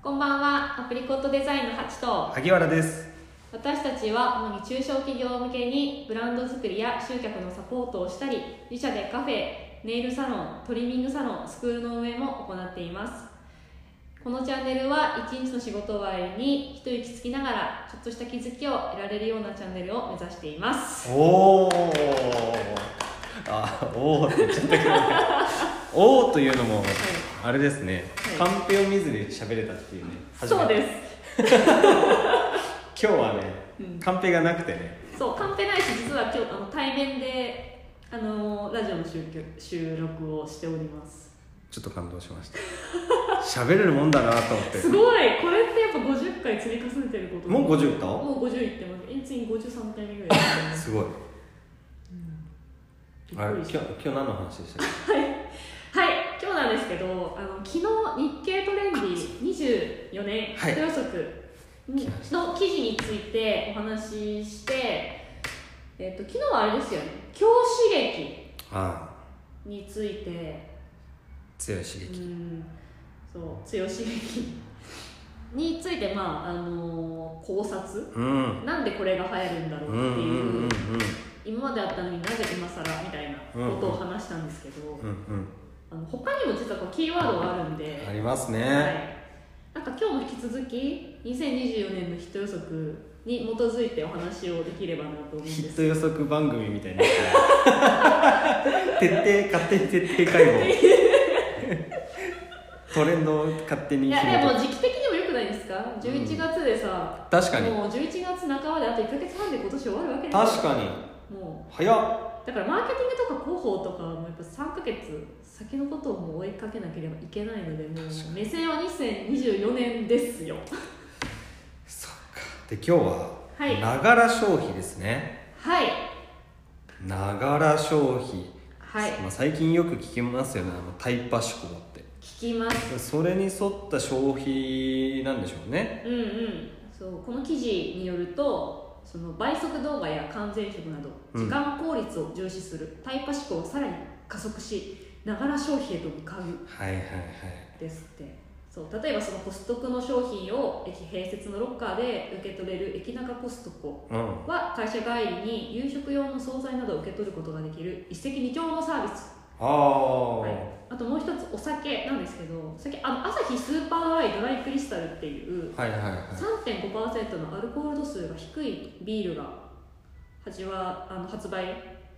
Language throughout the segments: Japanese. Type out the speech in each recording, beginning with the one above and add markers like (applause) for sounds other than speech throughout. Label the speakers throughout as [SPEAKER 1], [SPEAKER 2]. [SPEAKER 1] はアプリコットデザインのハチと
[SPEAKER 2] 萩原です
[SPEAKER 1] 私たちは主に中小企業向けにブランド作りや集客のサポートをしたり自社でカフェネイルサロントリミングサロンスクールの運営も行っていますこのチャンネルは一日の仕事終わりに一息つきながらちょっとした気づきを得られるようなチャンネルを目指しています
[SPEAKER 2] おおあおおって言っちゃったけど (laughs) ねおおというのもあれですね、
[SPEAKER 1] は
[SPEAKER 2] カンペを見ずに喋れたっていうね初
[SPEAKER 1] そ
[SPEAKER 2] めて
[SPEAKER 1] うです
[SPEAKER 2] 今日はね、
[SPEAKER 1] うん
[SPEAKER 2] カンペがなくてね
[SPEAKER 1] そうカンペないし実は今日あの対面であのラジオの収録収録をしております
[SPEAKER 2] ちょっと感動しました (laughs) 喋れるもんだなと思って
[SPEAKER 1] すごいこれってやっぱ50回積み重ねてること
[SPEAKER 2] もう50だ
[SPEAKER 1] もう50いってますえ次53回目ぐらいです
[SPEAKER 2] すごい
[SPEAKER 1] びっ
[SPEAKER 2] あれ
[SPEAKER 1] く
[SPEAKER 2] 今
[SPEAKER 1] りし
[SPEAKER 2] 日
[SPEAKER 1] た
[SPEAKER 2] 今日何の話でしたっ
[SPEAKER 1] はい今日なんですけどあの昨日日経トレンディ24年
[SPEAKER 2] はい
[SPEAKER 1] ヒット予測にの記事についてお話しして、えっと昨日はあれですよね強刺激
[SPEAKER 2] けああ
[SPEAKER 1] について
[SPEAKER 2] 強い刺激
[SPEAKER 1] うんそう強刺激についてまああの考察
[SPEAKER 2] うん
[SPEAKER 1] なんでこれが流行るんだろう
[SPEAKER 2] う
[SPEAKER 1] って
[SPEAKER 2] んう
[SPEAKER 1] い
[SPEAKER 2] ん
[SPEAKER 1] う,、
[SPEAKER 2] うん
[SPEAKER 1] 今まであったのになぜ今更みたいなことを話したんですけど、
[SPEAKER 2] うんうん
[SPEAKER 1] あの他にも実はこうキーワードがあるんで、
[SPEAKER 2] ありますね、
[SPEAKER 1] はい、なんか今日も引き続き2024年のヒット予測に基づいてお話をできればなと思うんで
[SPEAKER 2] ヒッ
[SPEAKER 1] す
[SPEAKER 2] ト予測番組みたいにな
[SPEAKER 1] (laughs)
[SPEAKER 2] ってる徹底勝手に徹底解剖トレンドを勝手
[SPEAKER 1] い
[SPEAKER 2] に
[SPEAKER 1] や
[SPEAKER 2] 決
[SPEAKER 1] で
[SPEAKER 2] め
[SPEAKER 1] も
[SPEAKER 2] て
[SPEAKER 1] 時期的にも良くないですか11月でさ、
[SPEAKER 2] 確かに
[SPEAKER 1] もう11月半ばであと1か月半で今年終わるわけですよ
[SPEAKER 2] 確かに
[SPEAKER 1] も
[SPEAKER 2] 早っ
[SPEAKER 1] うだからマーケティングとか広報とかもやっぱ3か月先のことをもう追いかけなければいけないのでもう
[SPEAKER 2] 確か
[SPEAKER 1] 目線は2024年ですよ
[SPEAKER 2] そっかで今日は
[SPEAKER 1] はい
[SPEAKER 2] ながら消費ですね
[SPEAKER 1] はい
[SPEAKER 2] ながら消費、
[SPEAKER 1] はい
[SPEAKER 2] まあ、最近よく聞きますよねあのタイパ思考って
[SPEAKER 1] 聞きます
[SPEAKER 2] それに沿った消費なんでしょうね
[SPEAKER 1] うんうんそうこの記事によるとその倍速動画や完全食など
[SPEAKER 2] うん
[SPEAKER 1] 時間効率を重視する、タイパ思考をさらに加速しながら消費へと向かう
[SPEAKER 2] はいはいはい
[SPEAKER 1] ですってそう例えばそのコストコの商品を駅併設のロッカーで受け取れる駅中コストコ
[SPEAKER 2] うん
[SPEAKER 1] は会社帰りに夕食用の惣菜などを受け取ることができる一石二鳥のサービス
[SPEAKER 2] ああ、
[SPEAKER 1] はいあともう一つお酒なんですけどお酒あの朝日スーパードライドライクリスタルっていう
[SPEAKER 2] はいはいはい
[SPEAKER 1] 3.5%のアルコール度数が低いビールが発はあの発売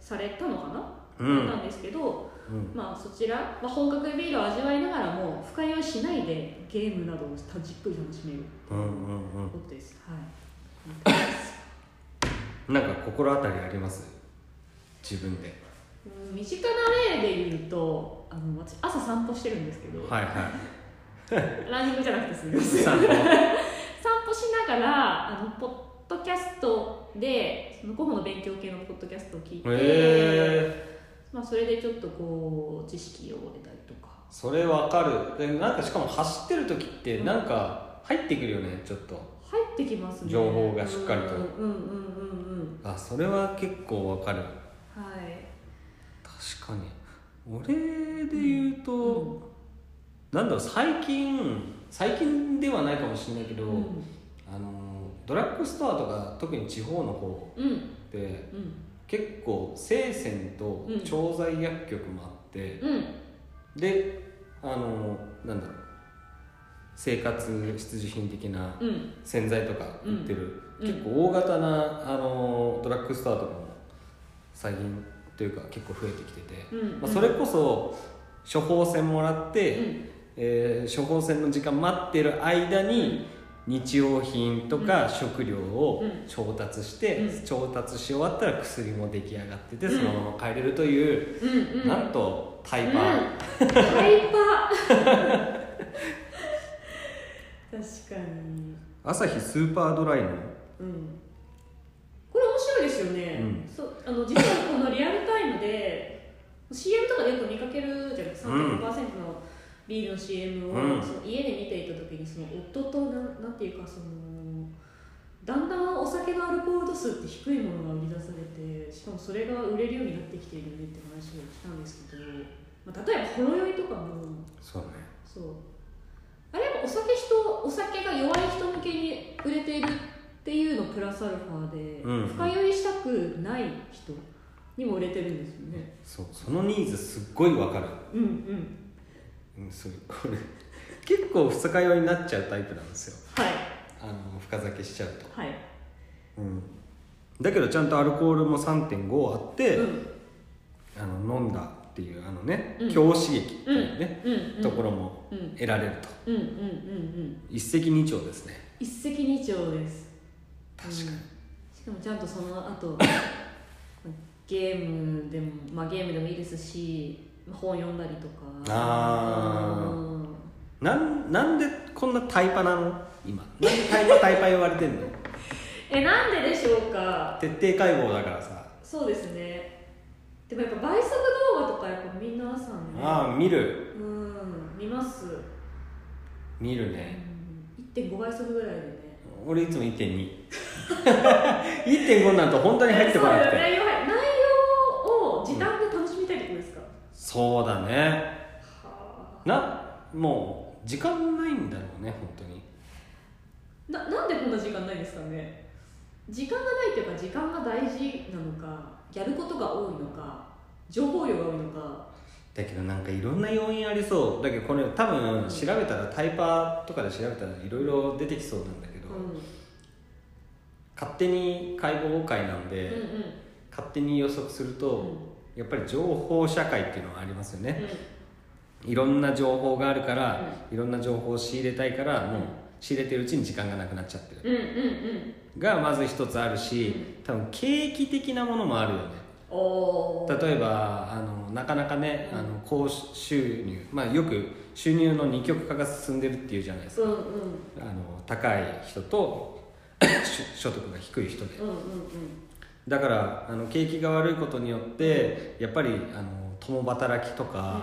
[SPEAKER 1] されたのかな、
[SPEAKER 2] うん
[SPEAKER 1] なんですけど、
[SPEAKER 2] うん
[SPEAKER 1] まあ、そちら、まあ、本格ビールを味わいながらも深酔いしないでゲームなどをじっくり楽しめる
[SPEAKER 2] うんうんうん
[SPEAKER 1] ことです、はい、
[SPEAKER 2] なんか心当たりあります自分で
[SPEAKER 1] うん身近な例で言うとあの私朝散歩してるんですけど、
[SPEAKER 2] はいは
[SPEAKER 1] ランニングじゃなくてすみま
[SPEAKER 2] い
[SPEAKER 1] せん
[SPEAKER 2] 散歩
[SPEAKER 1] 散歩しながらあのポッドキャストでその午後の勉強系のポッドキャストを聞いて、
[SPEAKER 2] えー、
[SPEAKER 1] まあ、それでちょっとこう知識を得たりとか
[SPEAKER 2] それわかるでなんかしかも走ってる時って
[SPEAKER 1] うん
[SPEAKER 2] なんか入ってくるよねちょっと
[SPEAKER 1] 入ってきますね
[SPEAKER 2] 情報がしっかりと
[SPEAKER 1] うんうんうんうんうん
[SPEAKER 2] あそれは結構わかる
[SPEAKER 1] はい
[SPEAKER 2] 確かに俺で言うと、なんだろう最近最近ではないかもしれないけど、
[SPEAKER 1] うん
[SPEAKER 2] あのドラッグストアとか特に地方の方
[SPEAKER 1] うん
[SPEAKER 2] で
[SPEAKER 1] うん
[SPEAKER 2] 結構生鮮と
[SPEAKER 1] うん
[SPEAKER 2] 調剤薬局もあって、
[SPEAKER 1] うん
[SPEAKER 2] であのなんだろう生活必需品的な
[SPEAKER 1] うん
[SPEAKER 2] 洗剤とか売ってる、
[SPEAKER 1] うん
[SPEAKER 2] 結構大型なあのドラッグストアとかも最近というか結構増えてきてて、
[SPEAKER 1] うん
[SPEAKER 2] まあ、それこそ処方箋もらって、
[SPEAKER 1] うん
[SPEAKER 2] えー処方箋の時間待ってる間に日用品とか食料を
[SPEAKER 1] うん
[SPEAKER 2] 調達して、
[SPEAKER 1] うん
[SPEAKER 2] 調達し終わったら薬も出来上がってて、
[SPEAKER 1] うん
[SPEAKER 2] そのまま帰れるという、
[SPEAKER 1] うんうん
[SPEAKER 2] なんとタイパー。
[SPEAKER 1] うん、タイパ (laughs) 確かに
[SPEAKER 2] 朝日スーパードライの
[SPEAKER 1] うんこれ面白いですよね、
[SPEAKER 2] うん
[SPEAKER 1] そうあの実はこのリアルタイムで CM とかでよく見かけるじゃないですか
[SPEAKER 2] うん
[SPEAKER 1] 3.5%のビールの CM を、
[SPEAKER 2] うん
[SPEAKER 1] その家で見ていた時にその夫となんなんていうかそのだんだんお酒のアルコール度数って低いものが売り出されてしかもそれが売れるようになってきているよねって話をしたんですけど、まあ、例えばほろ酔いとかも
[SPEAKER 2] そうね
[SPEAKER 1] そうあれはお酒人お酒が弱い人向けに売れているっていうのプラスアルファで、
[SPEAKER 2] うん
[SPEAKER 1] 深酔いしたくない人にも売れてるんですよね
[SPEAKER 2] そうそのニーズすっごいわかる、
[SPEAKER 1] うんうん
[SPEAKER 2] うん、そうこれ (laughs) 結構二日酔いになっちゃうタイプなんですよ
[SPEAKER 1] はい
[SPEAKER 2] あの深酒しちゃうと、
[SPEAKER 1] はい
[SPEAKER 2] うん、だけどちゃんとアルコールも3.5あって、
[SPEAKER 1] うん
[SPEAKER 2] あの飲んだっていうあのね、
[SPEAKER 1] うん
[SPEAKER 2] 強刺激っていうね、
[SPEAKER 1] うんうん
[SPEAKER 2] ところも
[SPEAKER 1] うんうん
[SPEAKER 2] 得られると
[SPEAKER 1] うんうんうん
[SPEAKER 2] 一石二鳥ですね
[SPEAKER 1] 一石二鳥です
[SPEAKER 2] 確かに、
[SPEAKER 1] しかもちゃんとその後 (coughs) ゲームでもまあゲームでもいいですし本読んだりとか
[SPEAKER 2] あー
[SPEAKER 1] うん
[SPEAKER 2] なんなんでこんなタイパなの今なんでタ (laughs) イパタイパ言われてんの
[SPEAKER 1] えなんででしょうか
[SPEAKER 2] 徹底解剖だからさ
[SPEAKER 1] そうですねでもやっぱ倍速動画とかやっぱみんなさんね
[SPEAKER 2] ああ見る
[SPEAKER 1] うん見ます、
[SPEAKER 2] 見る
[SPEAKER 1] う
[SPEAKER 2] ね
[SPEAKER 1] ん、1.5倍速ぐらいでね
[SPEAKER 2] 俺いつも1.21.5になると本当に入ってこなく
[SPEAKER 1] そう
[SPEAKER 2] て
[SPEAKER 1] 内容入内容を時短で楽しみたいってことですか、
[SPEAKER 2] そうだね
[SPEAKER 1] はあ
[SPEAKER 2] なもう時間ないんだろうね本当に
[SPEAKER 1] ななんでこんな時間ないんですかね時間がないっていうか時間が大事なのかやることが多いのか情報量が多いのか
[SPEAKER 2] だけどなんかいろんな要因ありそうだけどこれ多分調べたらタイパとかで調べたらいろいろ出てきそうなんだけど、
[SPEAKER 1] う
[SPEAKER 2] 勝手に解剖会なんで、
[SPEAKER 1] んうんうん
[SPEAKER 2] 勝手に予測する
[SPEAKER 1] うん
[SPEAKER 2] と、やっぱり情報社会っていうのはありますよ
[SPEAKER 1] う
[SPEAKER 2] ね、
[SPEAKER 1] ん
[SPEAKER 2] いろんな情報があるから、いろんな情報を仕入れたいからもう仕入れてるうちに時間がなくなっちゃってる、
[SPEAKER 1] うんうんうん
[SPEAKER 2] がまず一つあるし多分景気的なものもあるよね
[SPEAKER 1] おー
[SPEAKER 2] 例えばあのなかなかねあの高収入、まあ、よく収入の二極化が進んでるっていうじゃないですか
[SPEAKER 1] うんうん
[SPEAKER 2] あの高い人と (coughs) 所得が低い人で
[SPEAKER 1] うんうん
[SPEAKER 2] だからあの景気が悪いことによってやっぱりあの共働きとか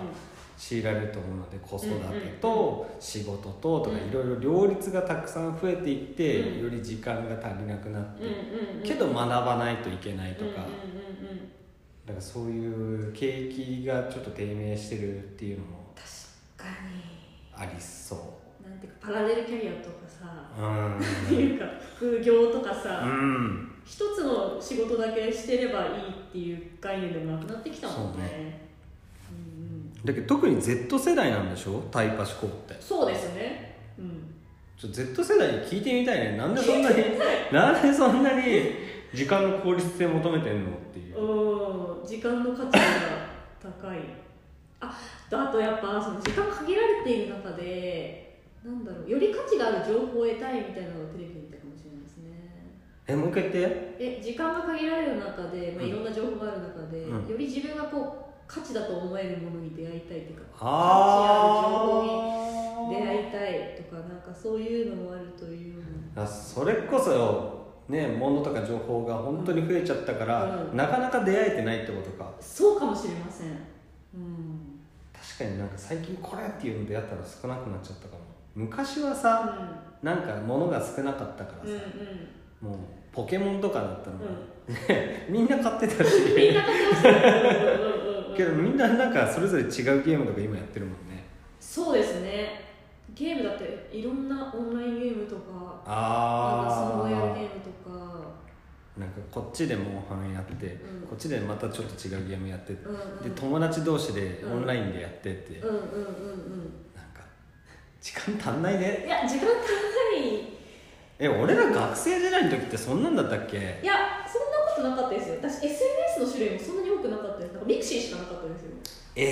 [SPEAKER 2] 強いられると思うので子育てと仕事ととか
[SPEAKER 1] うん
[SPEAKER 2] いろいろ両立がたくさん増えていって
[SPEAKER 1] うん
[SPEAKER 2] より時間が足りなくなって
[SPEAKER 1] うんうんうん
[SPEAKER 2] けど学ばないといけない
[SPEAKER 1] う
[SPEAKER 2] とか
[SPEAKER 1] んうんうんうん
[SPEAKER 2] だからそういう景気がちょっと低迷してるっていうのも
[SPEAKER 1] 確か
[SPEAKER 2] ありそ
[SPEAKER 1] になんていうかパラレルキャリアとかさ
[SPEAKER 2] ううん
[SPEAKER 1] っていうか副業とかさ、
[SPEAKER 2] うん
[SPEAKER 1] 一つの仕事だけしてればいいっていう概念でもなくなってきたもんね
[SPEAKER 2] そう
[SPEAKER 1] うん
[SPEAKER 2] だけど特に Z 世代なんでしょタイパ思考って
[SPEAKER 1] うん、そうですね、うん、
[SPEAKER 2] ちょ Z 世代に聞いてみたいねなんでそんな
[SPEAKER 1] (laughs)
[SPEAKER 2] になんでそんなに時間の効率性求めてんのっていう
[SPEAKER 1] うん時間の価値が高いああとやっぱその時間限られている中でなんだろうより価値がある情報を得たいみたいなのがテレビに見たかもしれないですね
[SPEAKER 2] えもう一回言って
[SPEAKER 1] え時間が限られる中で、まあ、
[SPEAKER 2] うん
[SPEAKER 1] いろんな情報がある中で、
[SPEAKER 2] うん
[SPEAKER 1] より自分がこう価値だと思えるものに出会いたいとか
[SPEAKER 2] あ
[SPEAKER 1] 出
[SPEAKER 2] ー
[SPEAKER 1] 会いたいとかなんかそういうのもあるというよう
[SPEAKER 2] あそれこそね物とか情報が本当に増えちゃったから、
[SPEAKER 1] うん
[SPEAKER 2] なかなか出会えてないってことか
[SPEAKER 1] なそうかもしれませんうん、
[SPEAKER 2] 確かになんか最近これっていうの出会ったら少なくなっちゃったかも昔はさなんか物が少なかったか
[SPEAKER 1] うん、
[SPEAKER 2] ら
[SPEAKER 1] うんうん
[SPEAKER 2] さ、もうポケモンとかだったの、
[SPEAKER 1] う
[SPEAKER 2] みんな買ってたし
[SPEAKER 1] (laughs) んみんな買ってましたねうんうんうん
[SPEAKER 2] けどみんななんかそれぞれ違うゲームとか今やってるもんね
[SPEAKER 1] そうですねゲームだっていろんなオンラインゲームとかなんかス
[SPEAKER 2] あ
[SPEAKER 1] マホやるゲ
[SPEAKER 2] あ
[SPEAKER 1] ームとか
[SPEAKER 2] なんかこっちでモンハンやって、
[SPEAKER 1] ん
[SPEAKER 2] こっちでまたちょっと違うゲームやって、
[SPEAKER 1] うんうん
[SPEAKER 2] で友達同士で
[SPEAKER 1] うん
[SPEAKER 2] オンラインでやってって、
[SPEAKER 1] うんうんうんうん
[SPEAKER 2] なんか時間足んないね
[SPEAKER 1] いや時間足りない
[SPEAKER 2] え俺ら学生時代の時ってそんなんだったっけ
[SPEAKER 1] いやそんなことなかったですよ私 SNS の種類もそんなに多くなかったですなんかミクシーしかなかったですよ、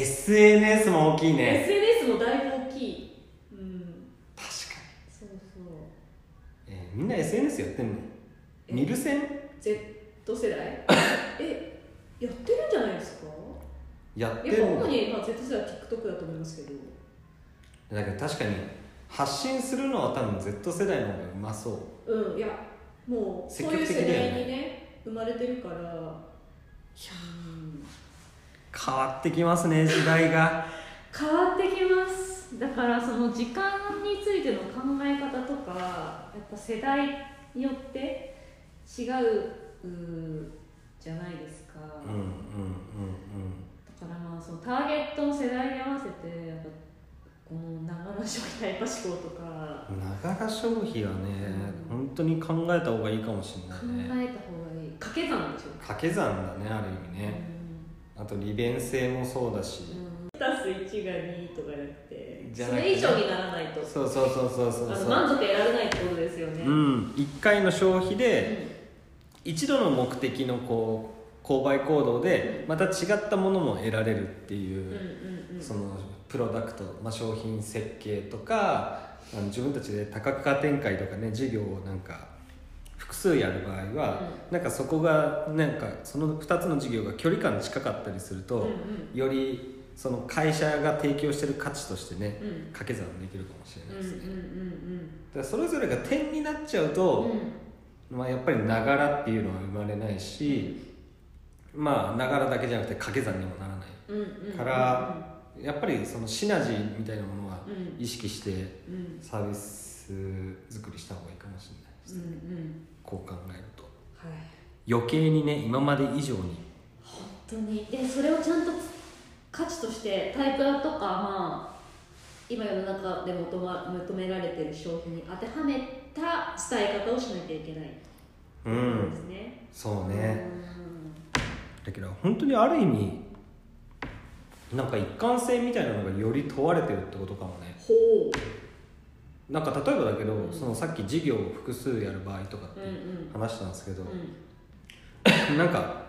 [SPEAKER 2] SNS も大きいね
[SPEAKER 1] SNS もだいぶ大きいうん
[SPEAKER 2] 確か
[SPEAKER 1] そうそう
[SPEAKER 2] に、えーみんな SNS やってんの見る線
[SPEAKER 1] Z 世代 (coughs) えやってるんじゃないですか
[SPEAKER 2] やって
[SPEAKER 1] やっ
[SPEAKER 2] る
[SPEAKER 1] ぱ主
[SPEAKER 2] の
[SPEAKER 1] に、まあ、Z 世代は TikTok だと思いますけど
[SPEAKER 2] だけど確かに発信するのは多分 Z 世代の方がうまそう
[SPEAKER 1] うんいやもうそういう世代にね生まれてるからいやうん
[SPEAKER 2] 変わってきま
[SPEAKER 1] (laughs)
[SPEAKER 2] すね時代が
[SPEAKER 1] 変わってきますだからその時間についての考え方とかやっぱ世代によって違ううんじゃないですか、
[SPEAKER 2] うんうんうんうん
[SPEAKER 1] だからまあそのターゲットの世代に合わせてやっぱこの長野商品タイパ思考とか
[SPEAKER 2] ながら消費はね、
[SPEAKER 1] うん
[SPEAKER 2] 本当に考えた方がいいかもしれ
[SPEAKER 1] 考
[SPEAKER 2] ない
[SPEAKER 1] えた方
[SPEAKER 2] ね
[SPEAKER 1] がいい掛け算でしょ
[SPEAKER 2] 掛け算だねある意味ねあと利便性もそうだし、
[SPEAKER 1] たす1が2とかじゃなくて
[SPEAKER 2] じゃ
[SPEAKER 1] そ
[SPEAKER 2] なくて
[SPEAKER 1] れ以上にならないと
[SPEAKER 2] そうそうそうそうそう
[SPEAKER 1] あ
[SPEAKER 2] そ
[SPEAKER 1] の
[SPEAKER 2] う
[SPEAKER 1] 満足得られないってことですよね、
[SPEAKER 2] う
[SPEAKER 1] うん
[SPEAKER 2] ん、1回の消費で一度の目的のこう購買行動でまた違ったものも得られるって
[SPEAKER 1] うん
[SPEAKER 2] いうう、
[SPEAKER 1] んうん
[SPEAKER 2] そのプロダクト、まあ、商品設計とかあの自分たちで多角化展開とかね事業をなんか複数やる場合は、なんかそこがなんかその2つの事業が距離感近かったりす
[SPEAKER 1] う
[SPEAKER 2] る
[SPEAKER 1] んう
[SPEAKER 2] と、
[SPEAKER 1] ん
[SPEAKER 2] よりその会社が提供してる価値としてね
[SPEAKER 1] うん
[SPEAKER 2] 掛け算できるかもしれ
[SPEAKER 1] う
[SPEAKER 2] なんいうで
[SPEAKER 1] ん
[SPEAKER 2] すね。
[SPEAKER 1] うん
[SPEAKER 2] だからそれぞれが点になっちゃうと、
[SPEAKER 1] うん
[SPEAKER 2] まあ、やっぱりながらっていうのは生まれないし、まあながらだけじゃなくて掛け算にもならな
[SPEAKER 1] うんうんうん
[SPEAKER 2] からいやっぱりそのシナジーみたいなものは
[SPEAKER 1] うんうん
[SPEAKER 2] 意識して
[SPEAKER 1] うん
[SPEAKER 2] サービス作りした方がいいかもしれないです、
[SPEAKER 1] うんうん
[SPEAKER 2] こう考えると
[SPEAKER 1] はい
[SPEAKER 2] 余計にね今まで以上に
[SPEAKER 1] 本当にでそれをちゃんと価値としてタイプラとかまあ今世の中で求,、ま、求められてる消費に当てはめた伝え方をしなきゃいけない
[SPEAKER 2] う
[SPEAKER 1] そうで
[SPEAKER 2] ん
[SPEAKER 1] すね、
[SPEAKER 2] そうねだけど本当にある意味なんか一貫性みたいなのがより問われてるってことかもね
[SPEAKER 1] ほ
[SPEAKER 2] なんか例えばだけど、
[SPEAKER 1] うん
[SPEAKER 2] そのさっき事業を複数やる場合とかっ
[SPEAKER 1] う
[SPEAKER 2] て
[SPEAKER 1] うんうん
[SPEAKER 2] 話したんですけど、
[SPEAKER 1] う
[SPEAKER 2] なんか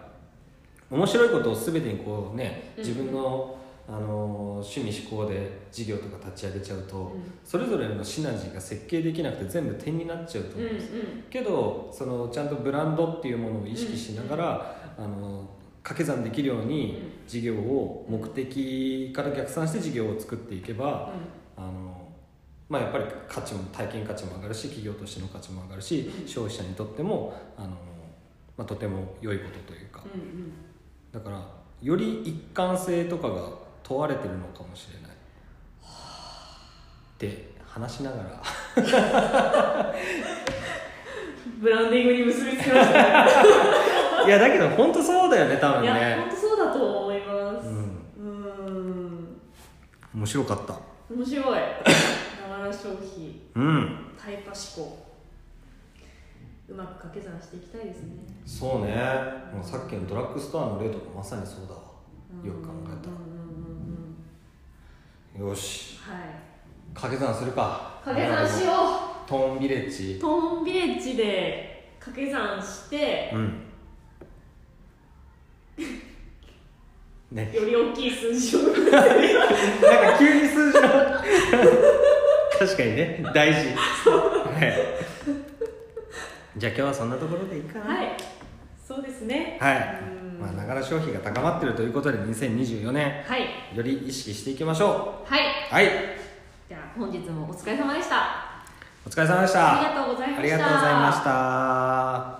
[SPEAKER 2] 面白いことを全てにこうね
[SPEAKER 1] うん
[SPEAKER 2] 自分の、あのー趣味思考で事業とか立ち上げちゃうと、
[SPEAKER 1] ん
[SPEAKER 2] それぞれのシナジーが設計できなくて全部点になっちゃうと
[SPEAKER 1] うんう
[SPEAKER 2] 思うん
[SPEAKER 1] ん
[SPEAKER 2] です、けどそのちゃんとブランドっていうものを意識しながら、あのー掛け算できるように事業を目的から逆算して事業を作っていけば、あのまあ、やっぱり価値も体験価値も上がるし企業としての価値も上がるし消費者にとってもあの、まあ、とても良いことというか
[SPEAKER 1] うんうん
[SPEAKER 2] だからより一貫性とかが問われてるのかもしれない。って話しながら
[SPEAKER 1] ブランディングに結びつきましたね
[SPEAKER 2] いやだけど本当そうだよね多分
[SPEAKER 1] いや本
[SPEAKER 2] ね、
[SPEAKER 1] 当そうだと思いま
[SPEAKER 2] う
[SPEAKER 1] す
[SPEAKER 2] ん、
[SPEAKER 1] うん
[SPEAKER 2] 面白かった
[SPEAKER 1] 面白いながら消費
[SPEAKER 2] うん
[SPEAKER 1] タイパ思考うまく掛け算していきたいですね
[SPEAKER 2] そうねもうさっきのドラッグストアの例とかまさにそうだわよく考えた
[SPEAKER 1] うんうん
[SPEAKER 2] よし
[SPEAKER 1] たはい
[SPEAKER 2] 掛け算するか
[SPEAKER 1] 掛け算しよ
[SPEAKER 2] トーンビレッジ
[SPEAKER 1] うトーンビレッジで掛け算して (laughs)
[SPEAKER 2] うん。ね、
[SPEAKER 1] より大きい数字を
[SPEAKER 2] なんか急に数字の確かにね大事はいじゃあ今日はそんなところでいいかな
[SPEAKER 1] はいそうですね
[SPEAKER 2] はい、
[SPEAKER 1] うん
[SPEAKER 2] まあながら消費が高まってるということで2024年
[SPEAKER 1] はい
[SPEAKER 2] より意識していきましょ
[SPEAKER 1] はいう
[SPEAKER 2] はい
[SPEAKER 1] じゃあ本日もお疲れ様でした
[SPEAKER 2] お疲れ様でし
[SPEAKER 1] あり
[SPEAKER 2] た
[SPEAKER 1] がとうございました
[SPEAKER 2] ありがとうございました